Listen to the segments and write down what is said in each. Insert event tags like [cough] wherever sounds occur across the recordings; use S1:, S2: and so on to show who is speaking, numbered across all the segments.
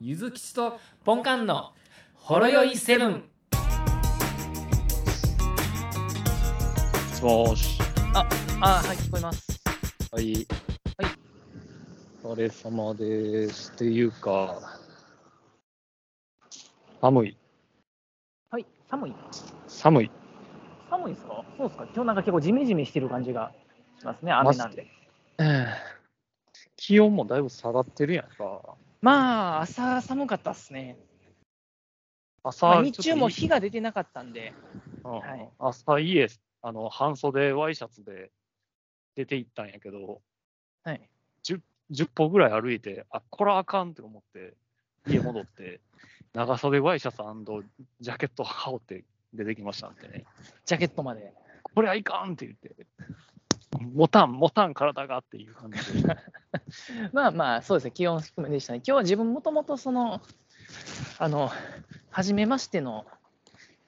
S1: ゆずきちとポンカンのほろよいセブン。
S2: もしもし。
S3: あーはい、聞こえます。
S2: はい。はい。お疲れ様です。っていうか、寒い。
S3: はい、寒い。
S2: 寒い。
S3: 寒いですかそうですか今日なんか結構ジメジメしてる感じがしますね、雨なんで。
S2: 気温もだいぶ下がってるやんか。
S3: まあ、朝寒かったっすね。
S2: 朝、
S3: まあ、日中も
S2: ち
S3: 日が出てなかったんで、
S2: ょっといい、
S3: はい
S2: うん朝家、あの、半袖ワイシャツで出て行ったんやけど、
S3: はい、
S2: 10歩ぐらい歩いて、あ、これあかんって思って、家戻って、長袖ワイシャツジャケット羽織って出てきましたんでね。
S3: ジャケットまで。
S2: これはいかんって言って、ボタン、ボタン、体がっていう感じで、
S3: まあまあ、そうですね、気温低めでしたね。今日は自分もともとその、あの、初めましての、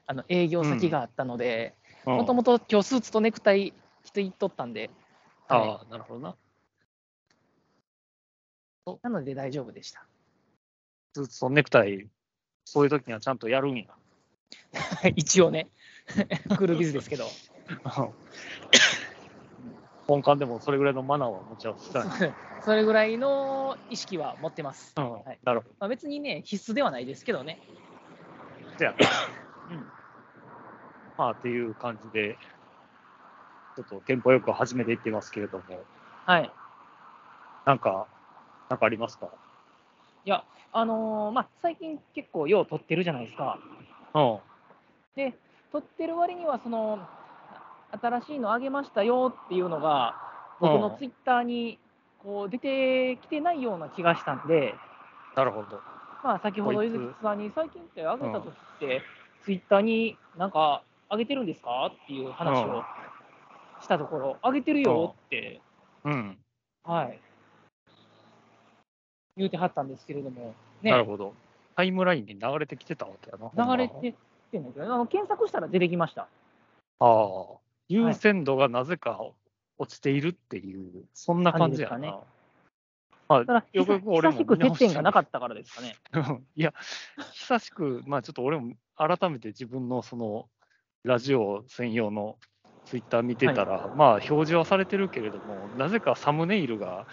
S3: あの営業先があったので、もとも
S2: も
S3: と今日スーツとネクタイ着ていっとったんで、はい
S2: ああ、なるほどな。
S3: なので大丈夫でした。
S2: スーツとネクタイ、そういう時にはちゃんとやるんや。
S3: [laughs] 一応ね、クールビズですけど。
S2: 本館でもそれぐらいのマナーは持ち合わせたい。
S3: [laughs] それぐらいの意識は持ってます。
S2: うん
S3: はい
S2: なるほ
S3: まあ、別にね、必須ではないですけどね。
S2: ど。じゃあ、うんまあ、っていう感じで、ちょっとテンポよく始めていってますけれども、
S3: はい。
S2: なんか、なんかありますか
S3: いや、あのーまあ、最近結構よう撮ってるじゃないですか。
S2: うん。
S3: 撮ってる割には、その、新しいのあげましたよっていうのが、僕の
S2: うん
S3: ツイッターにこう出てきてないような気がしたんで、
S2: なるほど。
S3: まあ、先ほど
S2: こ
S3: ゆ
S2: いつ
S3: ずきさんに、最近ってあげたときって、ツイッターになんか、あげてるんですかっていう話
S2: う
S3: を
S2: ん
S3: したところ、あげてるよって
S2: うん。
S3: はい。言うてはったんですけれども、
S2: なる
S3: ね、
S2: ほど。タイムラインに流れてきてたわけやな。
S3: 流れてってんだけど、あの検索したら出てきました。
S2: ああ、優先度がなぜか落ちているっていう、そんな感じやな。
S3: 感じです
S2: ま
S3: だか
S2: あ
S3: ら、、
S2: よくよく
S3: 久
S2: 俺も
S3: しく
S2: 見直
S3: 欠
S2: して
S3: 点がなかったからですかね。
S2: うん [laughs] いや、久しく、まあちょっと俺も改めて自分のそのラジオ専用のツイッター見てたら、まあ表示はされてるけれども、なぜかサムネイルが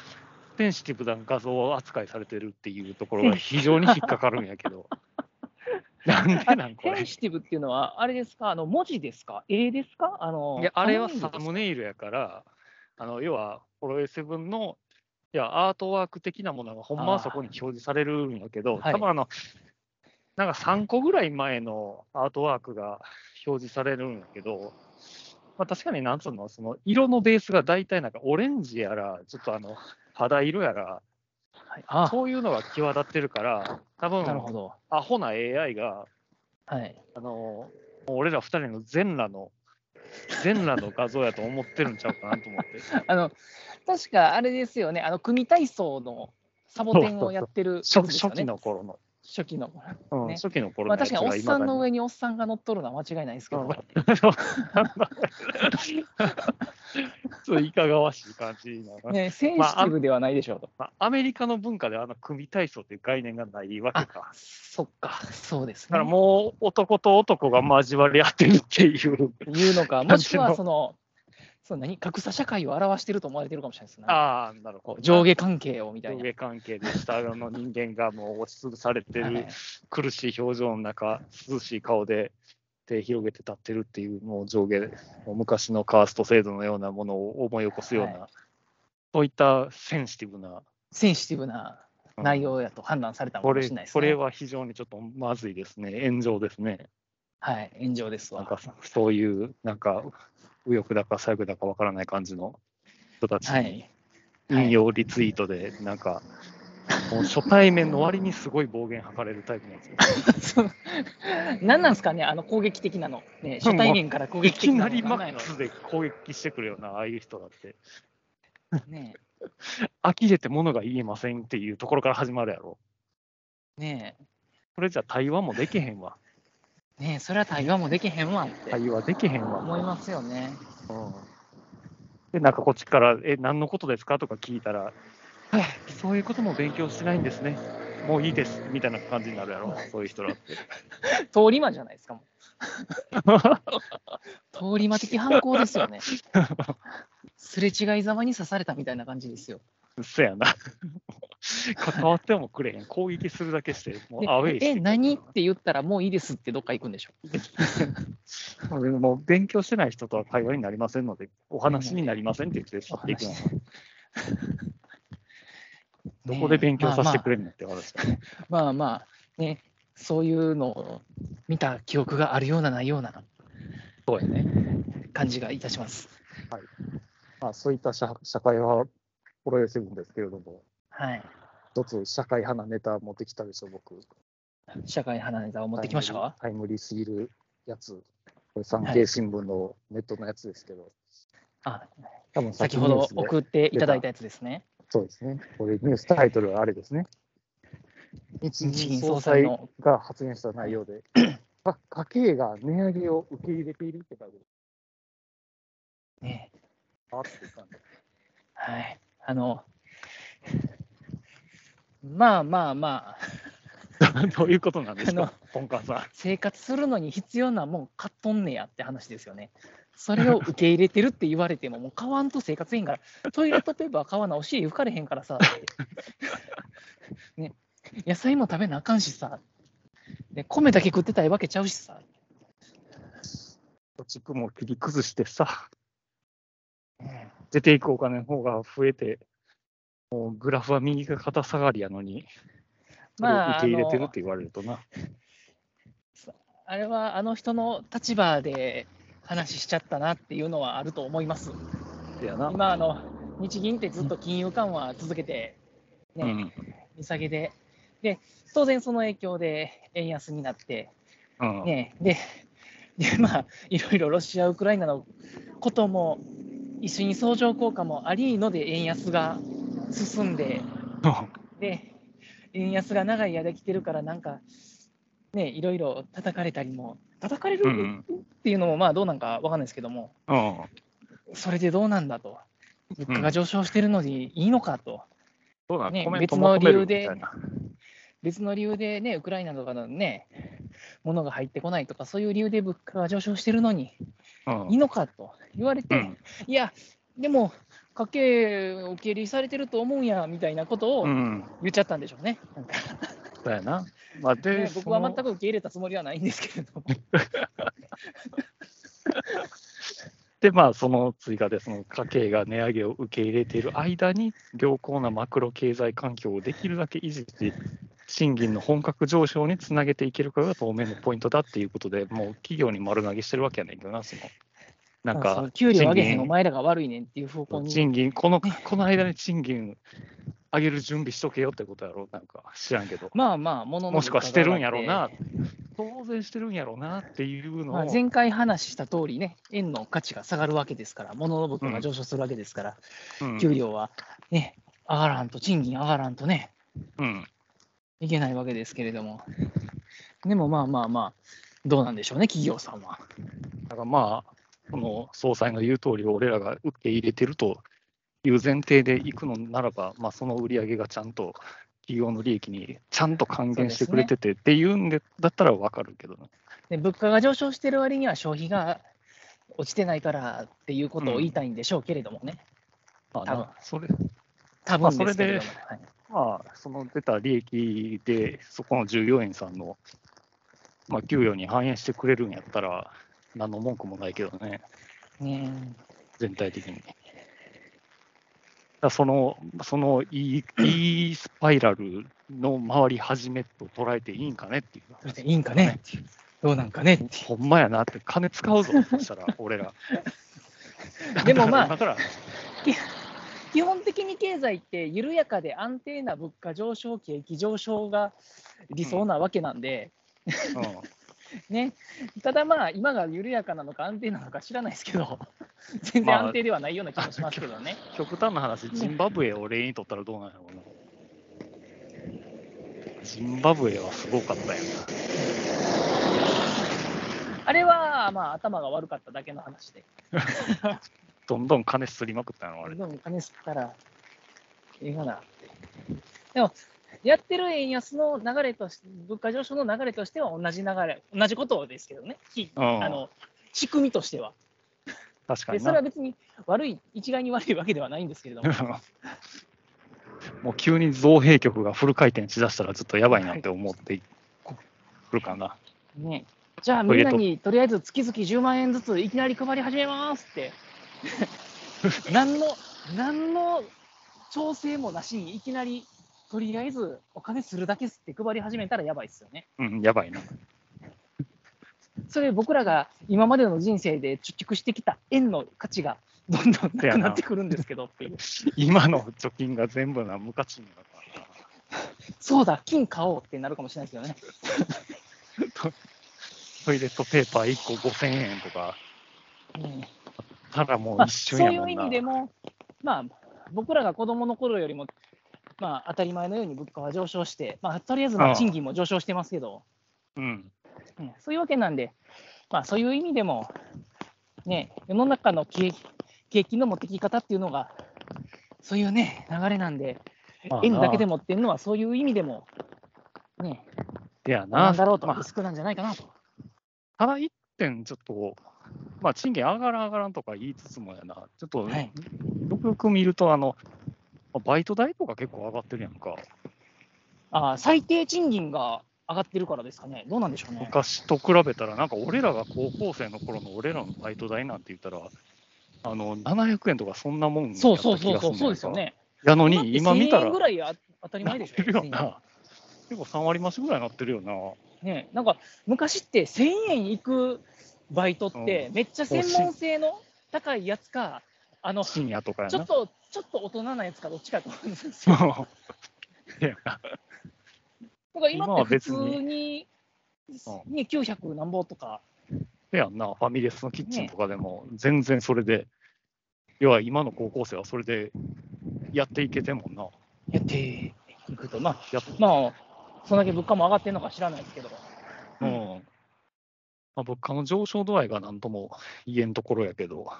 S2: センシティブな画像扱いされてるっていうところが非常に引っかかるんやけど。
S3: [laughs]
S2: なんでなんこ
S3: セ
S2: れ
S3: ン。シティブっていうのは、あれですか、あの文字ですか、絵ですか、あの
S2: いや、あれは
S3: サ
S2: サ
S3: ムネイルですか
S2: ムネイルやから、あの要は、ホロエセブンのいやアートワーク的なものが、ほんまはそこに表示されるんやけど、
S3: はい
S2: 多分あの、なんか3個ぐらい前のアートワークが表示されるんやけど、まあ、確かになんつうの、その色のベースが大体なんかオレンジやら、ちょっとあの肌色やら、
S3: はいあ
S2: そういうのが際立ってるから、多
S3: なるほ
S2: 分
S3: ど。
S2: アホな AI が
S3: はい、
S2: あのもう俺ら二人の全裸の、全裸の画像やと思ってるんちゃうかなと
S3: [laughs]
S2: 思って。
S3: あの確かあれですよね、あの組体操のサボテンをやって
S2: [laughs]
S3: るやつ
S2: 初
S3: ですよ
S2: 初期
S3: ね、
S2: の頃の。
S3: 初期の。
S2: うん
S3: ね
S2: 初期の頃
S3: ま
S2: の
S3: あ、
S2: やつ
S3: 確
S2: が
S3: かにおっさんの
S2: 未
S3: 上におっさんが乗っとるのは間違いないですけ
S2: だ
S3: ど、
S2: に [laughs] そういかがわしい感じなの、
S3: ね、センシティブではないでしょうと。
S2: まあアメリカの文化であの組体操っていう概念がないわけか。
S3: そっか、そうです
S2: だか
S3: ね。
S2: らもう男と男が交わり合ってるっていう。
S3: 言う
S2: [laughs]
S3: のか、
S2: 感じの
S3: もしくはその、その何格差社会を表してると思われてるかもしれないですね。
S2: ああ、なる
S3: こ
S2: ほ
S3: う
S2: ど。
S3: 上下関係をみたい
S2: 上
S3: な。
S2: 下関係で下の人間がもう押しつぶされて
S3: はい
S2: る苦しい表情の中、涼しい顔で手広げて立ってるっていう、もう上下、もう昔のカースト制度のようなものを思い起こすような、
S3: は
S2: そういったセンシティブな、
S3: センシティブな
S2: うん
S3: 内容やと判断されたの
S2: こ
S3: かもし
S2: れ
S3: れないですね。
S2: これは非常にちょっとまずいですね、炎上ですね。
S3: はい、炎上です
S2: なん
S3: わ。
S2: かそういう、なんか右翼だか左翼だかわからない感じの人たち
S3: は
S2: に
S3: い。はい
S2: 引用リツイートで、なんか、もう初対面の割にすごい暴言吐かれるタイプなんですよ。
S3: その何なんですかね、あの攻撃的なの。ね、初対面から攻
S2: い
S3: 撃
S2: き
S3: 的な
S2: な
S3: の
S2: りマ
S3: がない
S2: ッ
S3: の
S2: ク。スで攻撃してくるような、ああいう人だって、
S3: ね
S2: 呆れて物が言えませんっていうところから始まるやろ。
S3: え、ね
S2: それじゃ対話もできへんわ。
S3: え、ねえ、それは対話もできへんわって
S2: 対話できへんわ。
S3: 思いますよね。
S2: うんで、なんかこっちから、え、何のことですかとか聞いたら、はいそういうことも勉強してないんですね。もういいですみたいな感じになるやろ、そういう人らって。
S3: 通り魔じゃないですかも
S2: [laughs]
S3: う通り魔的犯行ですよねすれ違いざまに刺されたみたいな感じですよ
S2: そやな。関わってもくれへん、攻撃するだけして、もう
S3: で
S2: アウェイして
S3: え何って言ったらもういいですってどっか行くんでしょ
S2: もうでももう勉強してない人とは会話になりませんので、お話になりませんって言って去っていくのは、どこで勉強させてく
S3: れ、
S2: れるのって話だね。
S3: まあまあ、まあまあねそういうのを見た記憶があるようなないような
S2: そうやね。
S3: 感じがいたします
S2: まあ、そういった社社会派プロレス部ですけれども、
S3: はい
S2: 一つ社会派なネタ持ってきたでしょ、僕。
S3: 社会派なネタを持ってきましたか
S2: タイムリーすぎるやつ。これ産経新聞のネットのやつですけど、
S3: あ
S2: 多分
S3: 先ほど
S2: 先にニュースで
S3: 送っていただいたやつですね
S2: そうですね。これニュースタイトルはあれですね。日
S3: 日銀
S2: 銀
S3: 総
S2: 総
S3: 裁
S2: 裁
S3: の
S2: が発言した内容
S3: [laughs]
S2: で、か家計が値上げを受け入れているって書いて
S3: ね
S2: あるあって感じ。
S3: はい。あの、まあまあまあ、
S2: どういうことなんです
S3: あの
S2: か、ポンカンさん。
S3: 生活するのに必要なもん買っとんねやって話ですよね。それを受け入れてるって言われても、もう買わんと生活へんから、トイレットペーパー買わなお尻浮かれへんからさ、ってね、野菜も食べなあかんしさ、で米だけ食ってたいわけちゃうしさ、
S2: 貯蓄も切り崩してさ、
S3: ね
S2: 出ていくお金の方が増えて、もうグラフは右が肩下がりやのに、それを
S3: まあ、
S2: 受
S3: あ
S2: け入れてる
S3: の
S2: って言われるとな。
S3: あれはあの人の立場で話しちゃったなっていうのはあると思います。
S2: いやな。
S3: 今あの、日銀ってずっと金融緩和続けて、
S2: う
S3: ね、
S2: ん。
S3: 利下げで、で、当然その影響で円安になって、
S2: うん。
S3: ね、で、でまあ、いろいろロシア、ウクライナのことも、一緒に相乗効果もありので、円安が進んで、で、円安が長い間来てるから、なんか、ね、いろいろ叩かれたりも、叩かれ
S2: う
S3: る
S2: ん。
S3: っていうのも、まあ、どうなんかわかんないですけども、
S2: うん。
S3: それでどうなんだと、物価が上昇してるのにいいのかと。
S2: そうだ
S3: ね
S2: コメント
S3: 別の
S2: 求
S3: 理
S2: める
S3: 由
S2: みた
S3: で
S2: いな。
S3: 別の理由でね、ウクライナとかのね、ものが入ってこないとか、そういう理由で物価が上昇してるのに、
S2: うん
S3: いいのかと言われて、
S2: うん
S3: いや、でも、家計を受け入れされてると思うんやみたいなことを
S2: うん。
S3: 言っちゃったんでしょうね。なんか
S2: そうやな。まあ、で、
S3: ね僕は
S2: その
S3: 全く受け入れたつもりはないんですけれども、
S2: で、まあ、その追加で、その家計が値上げを受け入れている間に、良好なマクロ経済環境をできるだけ維持し、賃金の本格上昇につなげていけるかが当面のポイントだっていうことで、もう企業に丸投げしてるわけやねんけどな、その。なん
S3: そ
S2: か
S3: の、 [laughs] 給料上げへん
S2: 賃金
S3: お前らが悪いねんっていう方向に、
S2: 賃金、この、この間に賃金上げる準備しとけよってことやろ、なんか、知らんけど。
S3: まあまあ、ものの
S2: もしくはしてるんやろうな
S3: 物価が上がって
S2: 当然してるんやろうなっていうの
S3: まあ、
S2: を、
S3: 前回話した通りね、円の価値が下がるわけですから、物の物価が上昇するわけですから、
S2: うん
S3: 給料はね、上がらんと、賃金上がらんとね、
S2: うん
S3: いけないわけですけれども、でもまあまあまあ、どうなんでしょうね、企業さんは。
S2: だからまあ、この総裁の言う通り、俺らが受け入れてるという前提で行くのならば、まあ、その売り上げがちゃんと企業の利益にちゃんと還元してくれてて、っていうんでだったら分かるけどね。
S3: で物価が上昇してる割には消費が落ちてないからっていうことを言いたいんでしょうけれどもね、
S2: まあ
S3: 多分
S2: な、それ
S3: 多
S2: ま
S3: 分
S2: あそ
S3: で
S2: れ
S3: すけれ
S2: で
S3: ども、はい
S2: まあ、その出た利益で、そこの従業員さんの、まあ、給与に反映してくれるんやったら、何の文句もないけどね。
S3: ね
S2: 全体的に。だからその、そのいい、いいスパイラルの回り始めと捉えていいんかねっていう。
S3: えいいんかねっていうどうなんかねっていう
S2: ほんまやなって、金使うぞ、
S3: [laughs]
S2: そしたら、俺ら。
S3: でも
S2: [laughs]
S3: まあ
S2: だから、
S3: 基本的に経済って緩やかで安定な物価上昇、景気上昇が理想なわけなんで、
S2: 今から
S3: ね、ただまあ、今が緩やかなのか安定なのか知らないですけど、全然
S2: まあ
S3: 安定ではないような気もしますけどね。
S2: うん、極端な話、ジンバブエを例にとったらどうなんやろうな。ジンバブエはすごかったよ
S3: あれは、まあ、頭が悪かっただけの話で、
S2: どんどん金すりまくったの、あれ。
S3: でも金吸ったら、ええがなって。でも、やってる円安の流れとし物価上昇の流れとしては同じ流れ、同じことですけどね、き
S2: うん
S3: あの仕組みとしては
S2: 確か
S3: で。
S2: に
S3: それ
S2: な
S3: は。別に悪い、一概に悪いわけではないんですけれども、
S2: [laughs] もう急に造幣局がフル回転しだしたらちょっとやばいなって思ってくるかな。
S3: ね、じゃあみんなにとりあえず月々10万円ずついきなり配り始めますって何の何の調整もなしにいきなりとりあえずお金するだけすって配り始めたらやばいですよね
S2: うん、やばいな。
S3: それ僕らが今までの人生で貯蓄してきた円の価値がどんどんなくなってくるんですけどっていう
S2: 今の貯金が全部な無価値になるからな
S3: そうだ金買おうってなるかもしれないですよね
S2: トイレットペーパー1個5000円とか、
S3: うん
S2: ただも
S3: まあ、
S2: う一
S3: そ
S2: 瞬
S3: う
S2: や
S3: い
S2: も
S3: うん意
S2: な。
S3: 味でも、まあ、僕らが子供の頃よりも、まあ、当たり前のように物価は上昇して、まあ、とりあえずま
S2: あ
S3: あ
S2: あ
S3: 賃金も上昇してますけど、
S2: うん、
S3: うんそういうわけなんで、まあ、そういう意味でも、ね、世の中の景景気の持ってき方っていうのが、そういうね、流れなんで、
S2: まあ
S3: 円だけで
S2: も。
S3: 持ってるのは、そういう意味でも、ね、
S2: いやな。
S3: なんだろうと、
S2: ま
S3: リ
S2: あ
S3: スクなんじゃないかなと。
S2: ただ1点ちょっと、まあ、賃金上がらん上がらんとか言いつつもやな、ちょっと、
S3: はい
S2: よくよく見ると、あの、バイト代とか結構上がってるやんか。
S3: ああ最低賃金が上がってるからですかね、どうなんでしょうね。
S2: 昔と比べたら、なんか俺らが高校生の頃の俺らのバイト代なんて言ったら、あの700円とかそんなもんやった気
S3: そう
S2: が
S3: そう
S2: する
S3: そ
S2: や
S3: うんそう、そうですよ
S2: か
S3: ね。
S2: やの
S3: だって
S2: に、今見た
S3: 1000円
S2: ら
S3: ぐ、らいあ当たり前でしょ。
S2: なってるよ
S3: 1000円
S2: な。結構3割増しぐらいなってるよな。
S3: ね、なんか昔って1000円いくバイトって、めっちゃ専門性の高いやつか、あのち
S2: 深夜とかや
S3: ょっ
S2: な。
S3: とちょっと大人なやつか、どっちかと思うんですよ。
S2: そう。いや
S3: だから今って普通
S2: 今は別
S3: に、ね、900何ぼとか、
S2: [laughs] せやんな、ファミレスのキッチンとかでも、全然それで、要は今の高校生はそれでやっていけてんもんな。
S3: やっていくと、まあ、
S2: やっ
S3: まあ、そんだけ物価も上がってるのか知らないですけ
S2: [laughs]
S3: ど、
S2: うんまあ、物価の上昇度合いがなんとも言えんところやけど、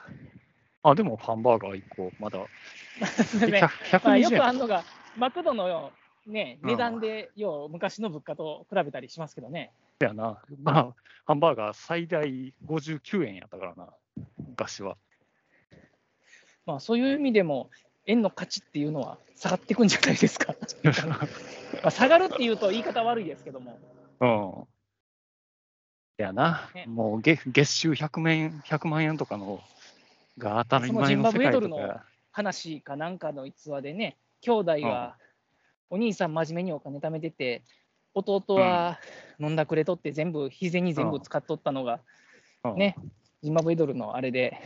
S2: あでもハンバーガー1個、ま
S3: [laughs]
S2: だ
S3: すいません
S2: 100
S3: まあ、よ
S2: 120円
S3: くあるのが、マクドの、ね、
S2: うん
S3: 値段で、よう昔の物価と比べたりしますけどね。
S2: だよな、まあ、ハンバーガー最大59円やったからな、
S3: [laughs]
S2: 昔は。
S3: まあ、そういう意味でも、円の価値っていうのは下がっていくんじゃないです
S2: [laughs]
S3: か。まあ、下がるっていうと言い方悪いですけども、
S2: うん。やな、
S3: ね
S2: もう月月収100万円 ,100 万円とかのが当たり前の世界
S3: そのジンバブエドル
S2: と
S3: の
S2: か、
S3: 話かなんかの逸話でね、兄弟が、お兄さん真面目にお金貯めてて、弟は飲んだくれとって全部、日銭全部使っとったのが、
S2: うん
S3: ねジンバブエドルのあれで、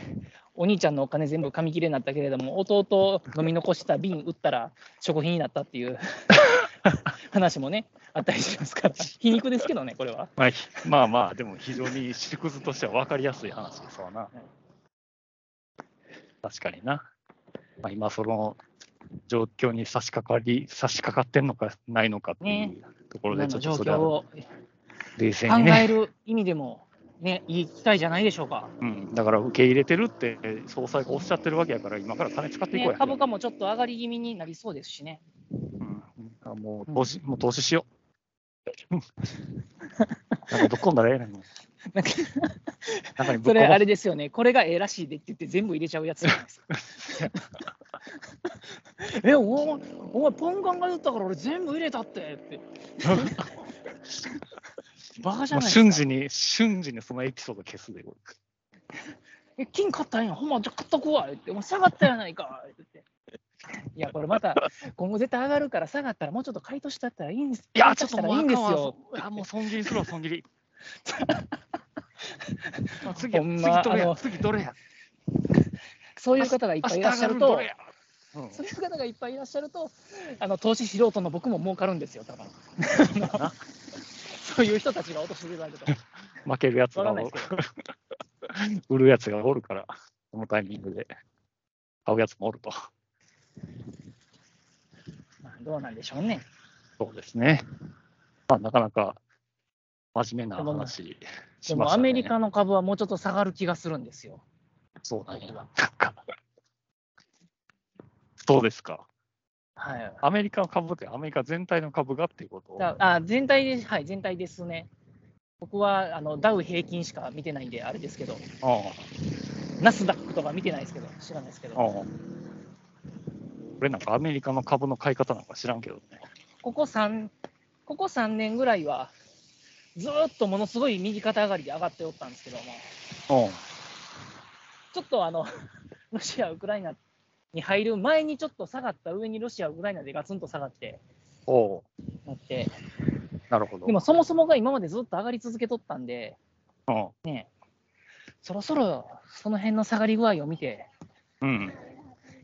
S3: お兄ちゃんのお金全部紙切れになったけれども、弟飲み残した瓶売ったら食費になったって
S2: [laughs]
S3: いう話もね、あったりしますから、皮肉ですけどね、これは。
S2: まあ、ひ [laughs] まあまあ、でも非常に縮図としては分かりやすい話ですわな。確かにな。まあ、今、その状況に差し掛かり、差し掛かってんのかないのかっていうところ
S3: 今
S2: で、ちょ
S3: の
S2: っ
S3: 状
S2: とそれ
S3: 況
S2: は
S3: を
S2: 冷静
S3: 考
S2: に
S3: え
S2: ね、
S3: る意味でも、
S2: [laughs]
S3: ね、いい機会じゃないでしょうか。
S2: うん。だから受け入れてるって、総裁がおっしゃってるわけやから、今から金使っていこう
S3: ね
S2: や。、
S3: 株価もちょっと上がり気味になりそうですしね。
S2: うんあもう投資、もう投資しよう。 [laughs] なんかぶっ込んだらええねんもん。
S3: なんか
S2: なんかにぶ
S3: そ
S2: っ込
S3: れ
S2: もう
S3: あれですよね、これがええらしいでって言って全部入れちゃうやつじゃないですか。 [laughs] え、お前、お前ポンガンが言ったから俺全部入れたってって。バカじ
S2: [laughs]
S3: ゃないで
S2: もう瞬
S3: すか。
S2: 時に、瞬時にそのエピソード消すでよ。
S3: え、金買ったんや、ほんま、じゃあ買っとくわって。お前下がったやない
S2: [laughs]
S3: かって言って。いや、これまた、今後絶対上がるから下がったらもうちょっと買いとしたったらいいんです。
S2: いや、
S3: 買
S2: ち
S3: 足
S2: ょっ
S3: し
S2: と
S3: たらい
S2: もう
S3: いん
S2: あ
S3: です
S2: かんわ
S3: よ。
S2: そあ、もう損切りするわ、損切 [laughs] り。まあ次や、
S3: ほんま
S2: 次ど
S3: あ
S2: れや、
S3: の
S2: 次どれや。
S3: そういう方がいっ
S2: 明
S3: ぱいい
S2: 日上
S3: らっしゃ
S2: が
S3: る
S2: る
S3: と
S2: どれ。や。うん
S3: そういう方がいっぱいいらっしゃると、あの投資素人の僕も儲かるんですよ、
S2: [laughs]
S3: 多分あのそういう人たちが落としてるわけと。
S2: 負けるやつ
S3: わか
S2: が
S3: んない
S2: お
S3: です
S2: 売るやつがおるから、このタイミングで。買うやつもおると。
S3: まあどうなんでしょうね。
S2: そうですね。まあ、なかなか真面目な
S3: でも
S2: 話しました、
S3: で
S2: ね。
S3: もアメリカの株はもうちょっと下がる気がするんですよ。
S2: そうなんや
S3: 僕は
S2: なんかそうですか。
S3: はい。
S2: アメリカの株って、アメリカ全体の株がっていうこと
S3: だあ全体です、はい、全体ですね。僕はあのダウ平均しか見てないんで、あれですけど、
S2: あ
S3: ナスダックとか見てないですけど、知らないですけ
S2: あああ
S3: ど、
S2: これなんかアメリカの株の買い方なんか知らんけどね。
S3: ここ3、ここ3年ぐらいは、ずーっとものすごい右肩上がりで上がっておったんですけども、
S2: うん
S3: ちょっとあの [laughs] ロシア、ウクライナに入る前にちょっと下がった上にロシア、ウクライナでガツンと下がって、
S2: おう
S3: なって、
S2: なるほど。
S3: でもそもそもが今までずっと上がり続けとったんで、
S2: うん
S3: そろそろその辺の下がり具合を見て、
S2: うん。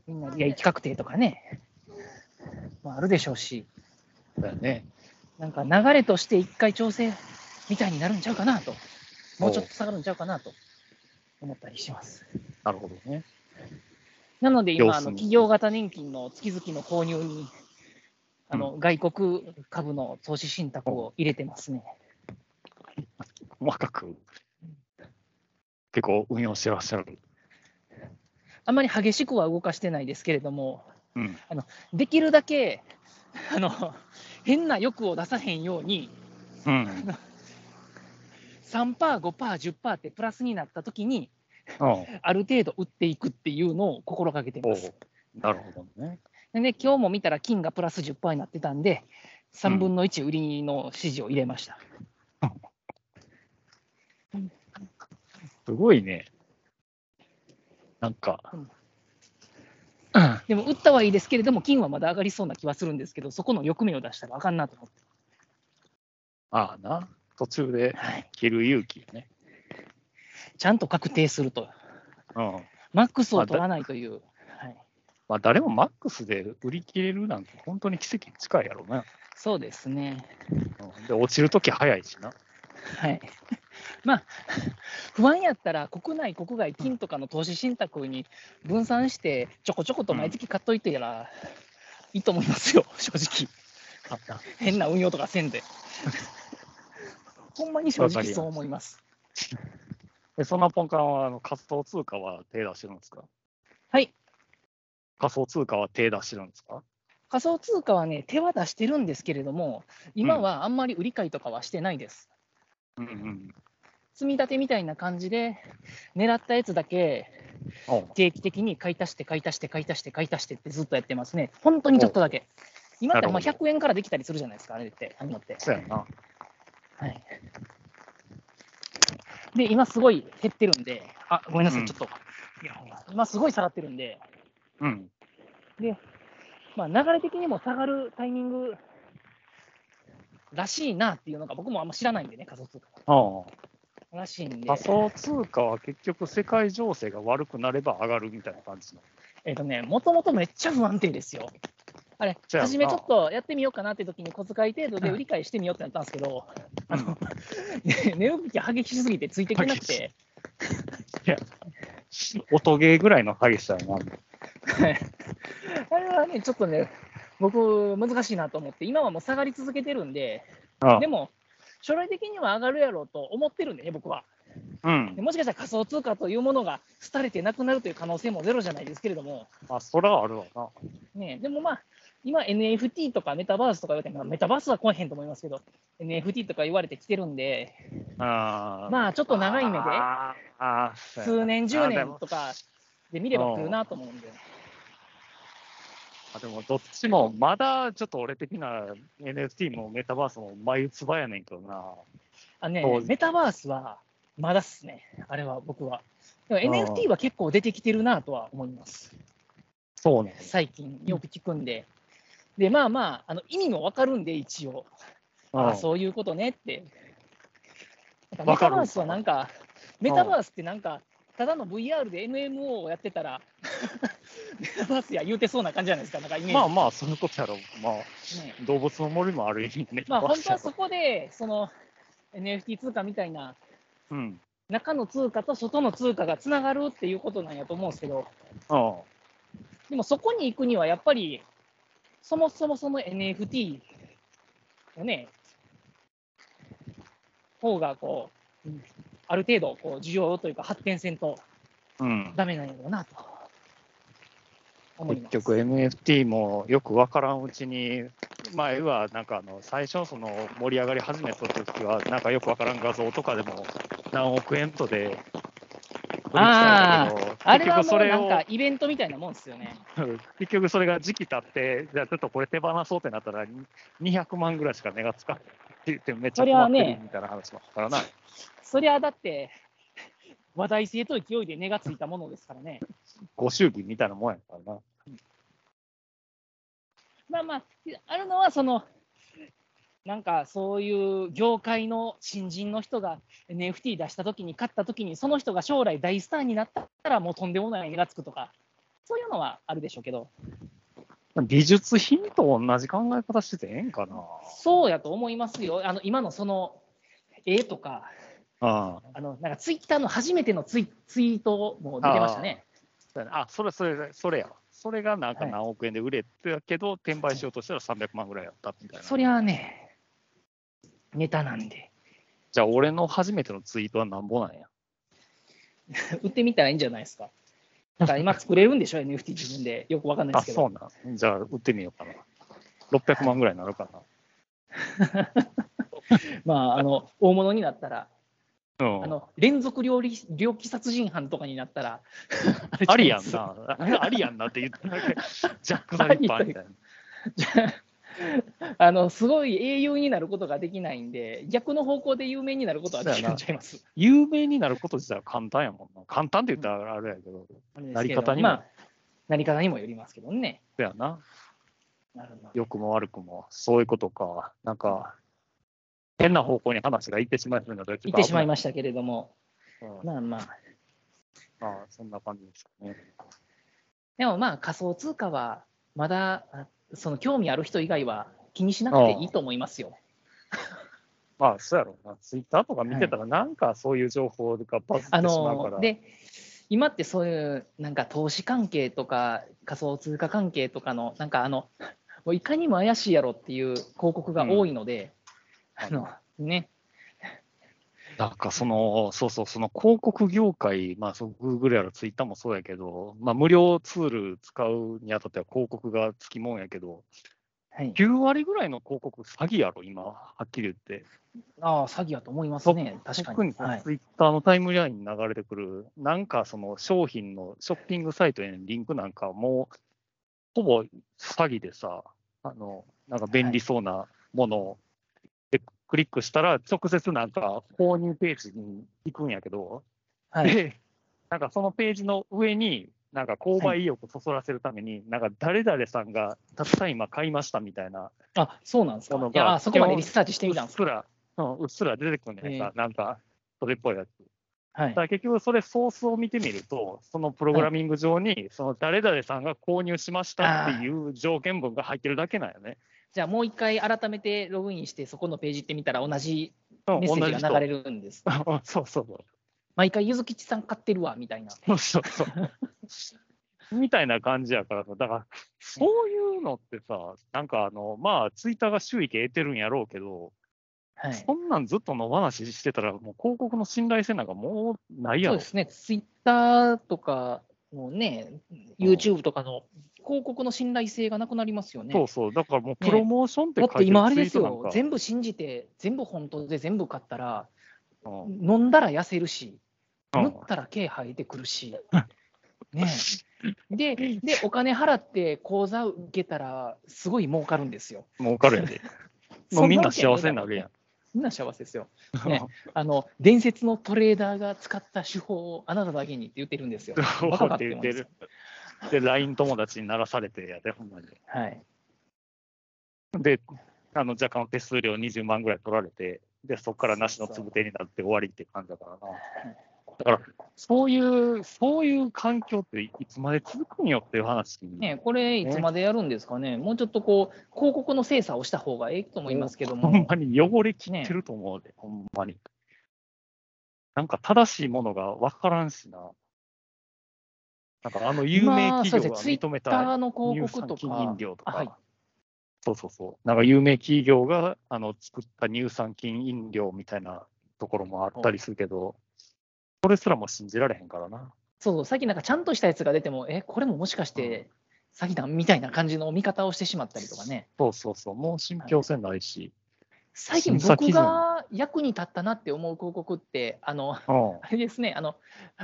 S3: みんな、いや、一確定とかね、まあ、あるでしょうし、
S2: だよね。
S3: なんか流れとして一回調整みたいになるんちゃうかなと、もうちょっと下がるんちゃうかなと思ったりします。
S2: なるほどね。
S3: なので
S2: 様
S3: 今、
S2: 子
S3: あの
S2: 見
S3: 企業型年金の月々の購入に、あの外国株の投資信託を入れてますね。
S2: 細かく、結構運用してらっしゃる。
S3: あんまり激しくは動かしてないですけれども、
S2: うん。
S3: できるだけあの変な欲を出さへんように、
S2: うん。
S3: 3%、5%、10%ってプラスになったときに、
S2: おう
S3: ある程度打っていくっていうのを心がけて
S2: お
S3: ま
S2: う
S3: す。
S2: なるほどね。
S3: でね、今日も見たら金がプラス10%になってたんで、3分の1売りの指示を入れました。
S2: すごいね。なんか、
S3: うん
S2: うん
S3: でも打ったはいいですけれども、金はまだ上がりそうな気はするんですけど、そこの欲目を出したらあかんなと思って。
S2: ああな、途中で
S3: はい、
S2: 切る勇気よね。
S3: ちゃんと確定すると、
S2: うん。
S3: マックスを取らないという。はい、
S2: まあ、誰もマックスで売り切れるなんて、本当に奇跡に近いやろうな。
S3: そうですね。
S2: うんで、落ちるとき早いしな。
S3: はい。まあ、 [laughs] 不安やったら、国内、国外、金とかの投資信託に分散して、ちょこちょこと毎月買っといてやら、いいと思いますよ、 [laughs] 正直。変な運用とかせんで。 [laughs] ほんまに正直そう思います。
S2: [laughs] えそんなポンカンはあの仮想通貨は手出してるんですか
S3: はい。
S2: 仮想通貨は手出してるんですか
S3: 仮想通貨はね、手は出してるんですけれども、今はあんまり売り買いとかはしてないです。
S2: うんうん。
S3: 積み立てみたいな感じで、狙ったやつだけ
S2: おう
S3: 定期的に買い足して、買い足して、買い足して、買い足してってずっとやってますね。本当にちょっとだけ。今ってまあ
S2: なる
S3: 100円からできたりするじゃないですか、あれって、ああいうのって。
S2: そうやな。
S3: はい、で、今すごい減ってるんで、あ、ごめんなさ
S2: う
S3: い、
S2: ん
S3: ちょっと。いや、ほんま今すごい下がってるんで、
S2: うん。
S3: まあ、流れ的にも下がるタイミングらしいなっていうのが、僕もあんま知らないんでね、仮想通貨
S2: おう
S3: らしいんで、
S2: 仮想通貨は結局世界情勢が悪くなれば上がるみたいな感じの。
S3: えっ、とね、もともとめっちゃ不安定ですよ。あれ、
S2: じゃあ
S3: 初めちょっとやってみようかなって時に小遣い程度で売り買いしてみようってなったんですけど、 [laughs]
S2: [laughs]
S3: あの、ね値動きが激しすぎてついてくれなくて、
S2: 音ゲーぐらいの激しさやな。
S3: あれはね、ちょっとね、僕、難しいなと思って、今はもう下がり続けてるんで、
S2: あ
S3: でも、将来的には上がるやろうと思ってるんでね、僕は。
S2: うん
S3: で。もしかしたら仮想通貨というものが廃れてなくなるという可能性もゼロじゃないですけれども、
S2: まあ、そらあるわな。
S3: ね、でもまあ、今 NFT とかメタバースとか言われて、まあメタバースは来へんと思いますけど、NFT とか言われてきてるんで、
S2: ああ
S3: まあちょっと長い目で、
S2: あーあー、そう
S3: 数
S2: やな
S3: 年、10
S2: あーで
S3: 年
S2: も
S3: とかで見れば来るなと思うんで、
S2: あでもどっちも、まだちょっと俺的な NFT もメタバースも眉唾やねんけどな。
S3: あのね
S2: そう、
S3: メタバースはまだっすね、あれは僕は。でも
S2: うん
S3: NFT は結構出てきてるなとは思います、
S2: そうね。
S3: 最近、よく聞くんで。で、まあまあ、あの意味もわかるんで、一応。あそういうことねって。なんかメ
S2: わか
S3: タ
S2: る
S3: バースはなんか、メタバースってなんか、ただの VR で MMO をやってたら、 [laughs] メタバースや言うてそうな感じじゃないですか、なんかイメージ。
S2: まあまあ、そういうことやろ。まあ、
S3: ね
S2: 動物の森もある意味ね。
S3: まあ、
S2: バ
S3: 本
S2: ス
S3: 当
S2: や
S3: は
S2: ろ
S3: そこで、その NFT 通貨みたいな、
S2: うん。
S3: 中の通貨と外の通貨がつながるっていうことなんやと思うんですけど、
S2: うん。
S3: でもそこに行くにはやっぱり、そもそもその NFT のね、方がこう、うんある程度こう需要というか発展せんと
S2: うん。
S3: ダメなんやろうなと思い
S2: 結
S3: ます。
S2: 局 NFT もよくわからんうちに、前はなんかあの最初その盛り上がり始めた時は、なんかよくわからん画像とかでも何億円とで売りされたけど
S3: あれは
S2: 結局
S3: も
S2: そうれ
S3: なん
S2: を
S3: かイベントみたいなもんですよね。
S2: 結局それが時期経って、じゃあちょっとこれ手放そうってなったら、200万ぐらいしか値がつかないって言って、めっちゃ困ってるみたいな話もわからない。
S3: そりゃだって、 [laughs] 話題性と勢いで値がついたものですからね。
S2: ご祝儀みたいなもんやからな。
S3: まあまあ、あるのはその、なんかそういう業界の新人の人が NFT 出したときに、買ったときに、その人が将来大スターになったら、もうとんでもない値がつくとか、そういうのはあるでしょうけど、
S2: 美術品と同じ考え方しててええんかな。
S3: そうやと思いますよ、あの今のその絵とか、
S2: あ
S3: あのなんかツイッターの初めてのツイツイートも出てましたね。
S2: あ、それ、それ、それやわ。それがなんか
S3: はい
S2: 何億円で売れてたけど、転売しようとしたら300万ぐらいやったみたいな。
S3: そりゃあね、ネタなんで、
S2: じゃあ、俺の初めてのツイートはなんぼなんや。
S3: 売ってみたらいいんじゃないですか。だから今作れるんでしょ、NFT 自分で。よくわかんないで
S2: あ、
S3: すけ
S2: そ
S3: ど。
S2: うなん。じゃあ、売ってみようかな。600万ぐらいになるか
S3: まあ、あの、大物になったら、
S2: な。うん。
S3: あの連続料理猟奇殺人犯とかになったら、れ
S2: [laughs] ありや
S3: ち
S2: ん
S3: ゃいま
S2: な。ありやんなって言ってるだけ。ジャック・ザ・リッパーみたいな。
S3: す。 [laughs] あのすごい英雄になることができないんで、逆の方向で有名になることはできるんちゃいます。
S2: 有名になること自体は簡単やもんな。簡単って言ったらあれやけど、
S3: あれです
S2: [laughs] なり
S3: けど
S2: 方にも、
S3: まあ、なり方にもよりますけどね。
S2: そうやな。
S3: なるほど
S2: 良くも悪くも、そういうことか。なんか、変な方向に話が行ってしまいそうな時
S3: 言ってしまい
S2: ま
S3: ましたけれども、
S2: す。うん
S3: まあまあ、
S2: まあ、そんな感じですかね。
S3: でもまあ、仮想通貨は、まだあその興味ある人以外は気にしなくていいと思いますよ。
S2: まあ、そうやろうな。ツイッターとか見てたら、なんかそういう情報がバズってし
S3: あ
S2: まうか
S3: の
S2: ら。
S3: で今ってそういうなんか投資関係とか仮想通貨関係とかのなんかあのもういかにも怪しいやろっていう広告が多いので、
S2: うん
S3: あのね
S2: なんかその、そうそう、その広告業界、まあ、そう Google やら Twitter もそうやけど、まあ、無料ツール使うにあたっては広告がつきもんやけど、
S3: はい、
S2: 9割ぐらいの広告詐欺やろ、今、はっきり言って。
S3: ああ詐欺やと思いますね確か
S2: 特
S3: に
S2: に、
S3: はい、
S2: Twitter のタイムラインに流れてくる、なんかその商品のショッピングサイトへのリンクなんかはもう、ほぼ詐欺でさ、あの、なんか便利そうなものを、でクリックしたら、直接なんか購入ページに行くんやけど、
S3: はい、
S2: で、なんかそのページの上に、なんか購買意欲をそそらせるために、なんか誰々さんがたった今買いましたみたいな、
S3: あそうなんですか
S2: こ
S3: い
S2: の
S3: やあそこまでリサーチして
S2: う
S3: みたん
S2: っ
S3: です
S2: す
S3: か、
S2: ら、うん、うっすら出てくるね
S3: へ
S2: か、なんか、それっぽいやつ。
S3: はい
S2: だか、ら結局、それ、ソースを見てみると、そのプログラミング上に、その誰々さんが購入しましたっていう条件文が入ってるだけなんよね。
S3: じゃあもう一回改めてログインしてそこのページ行ってみたら同じ
S2: うん
S3: メッセージが
S2: 同
S3: 流れ
S2: じ
S3: るんです
S2: 人 [laughs] うんそうそうそう。
S3: 毎回ゆずきちさん買ってるわみたいな
S2: そうそう
S3: [laughs]
S2: そう。みたいな感じやからさ、だから、そういうのってさ、なんかあの、まあ、ツイッターが収益得てるんやろうけど、
S3: はい
S2: そんなんずっと野放ししてたら、もう広告の信頼性なんかもうないや
S3: そう
S2: ろ
S3: で。すね、ツイッターとかのね、YouTube とかの広告の信頼性がなくなりますよね。
S2: そうそう、だからもう
S3: ね
S2: プロモーションって
S3: だ
S2: 書
S3: ってて
S2: いるツイ
S3: 今、あれです
S2: ートなん
S3: よ
S2: か、、
S3: 全部信じて、全部本当で全部買ったら、
S2: うん
S3: 飲んだら痩せるし、
S2: うん
S3: 塗ったら毛生えてくる
S2: [laughs]
S3: し、ねえでで、お金払って口座受けたら、すごい儲かるんですよ。
S2: 儲かるやで。もうみんな幸せになるやん。
S3: みんな幸せですよ。
S2: [laughs]
S3: ねあの伝説のトレーダーが使った手法をあなただけにって言ってるん
S2: [laughs]
S3: ですよ。バカかっ
S2: っ
S3: てて
S2: 言
S3: 思
S2: っ
S3: い
S2: て
S3: ます
S2: る。で、LINE 友達にならされてやで、ほんまに。
S3: はい
S2: で、あの若干手数料20万ぐらい取られて、で、そこからなしのつぶてになって終わりって感じだからな。だから、そういう、そういう環境っていつまで続くんよっていう話。
S3: ね、これ、いつまでやるんですかね、もうちょっとこう広告の精査をした方がいいと思いますけど
S2: ほん
S3: も、
S2: まに汚れきってると思うで、ほんまに。なんか正しいものが分からんしな。なんかあの有名企業が認め
S3: ツイッター
S2: た
S3: の
S2: 乳
S3: 広告
S2: 酸
S3: と
S2: 菌飲
S3: か、
S2: 料と
S3: あはい
S2: か、そうそうそう、なんか有名企業があの作った乳酸菌飲料みたいなところもあったりするけど、それすらも信じられへんからな。
S3: そうそう、さっきなんかちゃんとしたやつが出ても、え、これももしかして詐欺だみたいな感じの見方をしてしまったりとかね、
S2: そうそうそう、もう信憑性ないし、
S3: 最近
S2: 審査
S3: 僕
S2: 基準
S3: が役に立ったなって思う広告って、あの、
S2: うん、
S3: あれですね、あの、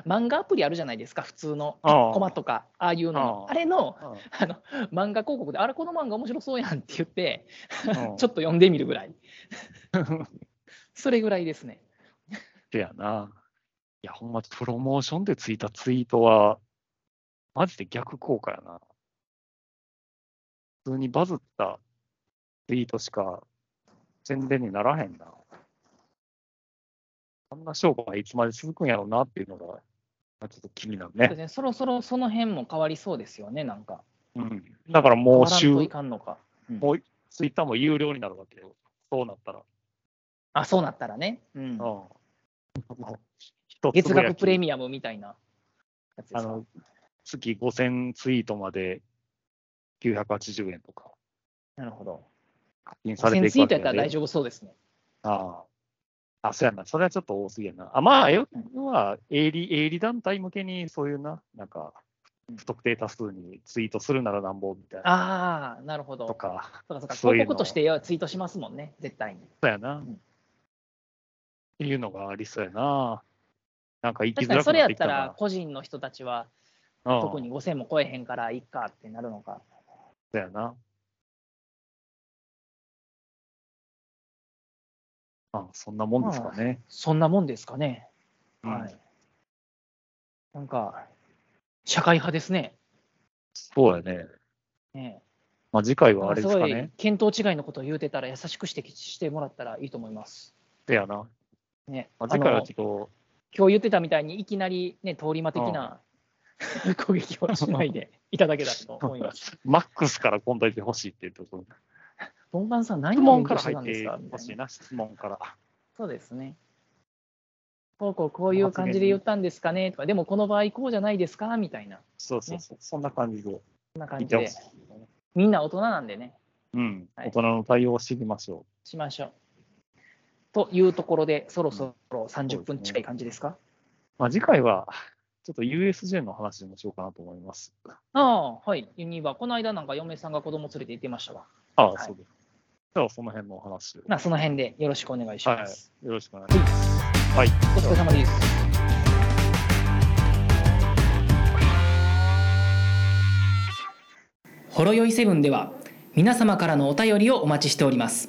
S3: 漫画アプリあるじゃないですか、普通の、
S2: ああ
S3: コマとか、ああいうの
S2: あ
S3: の、
S2: あ
S3: あれの、
S2: うん
S3: あの、漫画広告で、あれ、この漫画面白そうやんって言って、
S2: うん
S3: ちょっと読んでみるぐら
S2: [laughs]
S3: い。それぐらいですね。
S2: せやな。いや、ほんま、プロモーションでついたツイートは、マジで逆効果やな。普通にバズったツイートしか宣伝にならへんな。あんな商売いつまで続くんやろうなっていうのが、まあちょっと気になる
S3: そうです
S2: ね。
S3: ねそろそろその辺も変わりそうですよね、なんか。
S2: うん、だからも
S3: 変わ
S2: う
S3: らんと
S2: 週
S3: い、かんのか。
S2: ツイッターも有料になるわけよ。そうなったら。
S3: あ、そうなったらね。うん
S2: うん。もう一つ
S3: 月
S2: ぶや
S3: 額
S2: き
S3: プレミアムみたいなやつで
S2: あ
S3: すか。
S2: の、月5000ツイートまで980円とか、
S3: なるほど。
S2: 課金され
S3: 1000
S2: てい
S3: ツ
S2: く
S3: イ
S2: わ
S3: ート
S2: け
S3: やったら大丈夫そうですね。
S2: 夫。ああ。あ、そうやな。それはちょっと多すぎやな。あ、まあ、要は、営利、営利団体向けに、そういうな、なんか、不特定多数にツイートするならなんぼみたいな。
S3: ああ、なるほど。
S2: とか、
S3: そうかそうか
S2: そういう
S3: 広
S2: の
S3: 告としてツイートしますもんね、絶対に。
S2: そうやな。
S3: ん
S2: っていうのがありそうやな。なんか生
S3: 確
S2: きづ
S3: からに
S2: く
S3: それ
S2: な
S3: やっ
S2: っ
S3: て
S2: き
S3: た
S2: た
S3: ら
S2: な、。
S3: 個人の人たちは
S2: うん
S3: 特に5000も超えへんからいっかってなるのか。
S2: そうやな。あ、そんなもんですかね。
S3: そんなもんですかね。
S2: うん
S3: はい。なんか、社会派ですね。
S2: そうやね。
S3: ね
S2: まあ、次回は
S3: な
S2: あ
S3: んか
S2: れ
S3: す
S2: ですか
S3: ご
S2: ね
S3: い。見当違いのことを言うてたら優しくしてきしてもらったらいいと思います。
S2: せやな。
S3: ね、
S2: まあ、
S3: あ
S2: 次
S3: の
S2: 回はちょっ
S3: 今日言ってたみたいにいきなり、ね、通り魔的な攻撃をしないでいただけたらと思います。
S2: [laughs] と、マックスから今度いてほしいっていうところ。
S3: ボンバンさん
S2: 質
S3: 何を
S2: 問
S3: 勉
S2: か
S3: 強
S2: ら
S3: して
S2: 入
S3: た
S2: っ
S3: んですかみ
S2: て
S3: た
S2: ほ
S3: い
S2: し
S3: ない
S2: な、質問から。
S3: そうですね。こうこうこういう感じで言ったんですかねとか、でもこの場合こうじゃないですかみたいな、
S2: そうそうそう。そんな感じで。
S3: そんな感
S2: 聞い
S3: じ
S2: てほ
S3: で
S2: しい。
S3: みんな大人なんでね、
S2: うん。
S3: はい
S2: 大人の対応を知りましょ
S3: しましょう。というところで、そろそろ30分近い感じですか
S2: う。まあ、次回は、ちょっと USJ の話でもしようかなと思います。
S3: ああ、はい、ユニバ、この間なんか嫁さんが子供連れて行ってましたわ。
S2: ああ、
S3: はい
S2: そうです。じゃあ、その辺のお話を。
S3: まあ、その辺でよろしくお願いします。
S2: よろしくお願いします。はい。
S3: お疲れ様です。
S1: ほろよいセブンでは皆様からのお便りをお待ちしております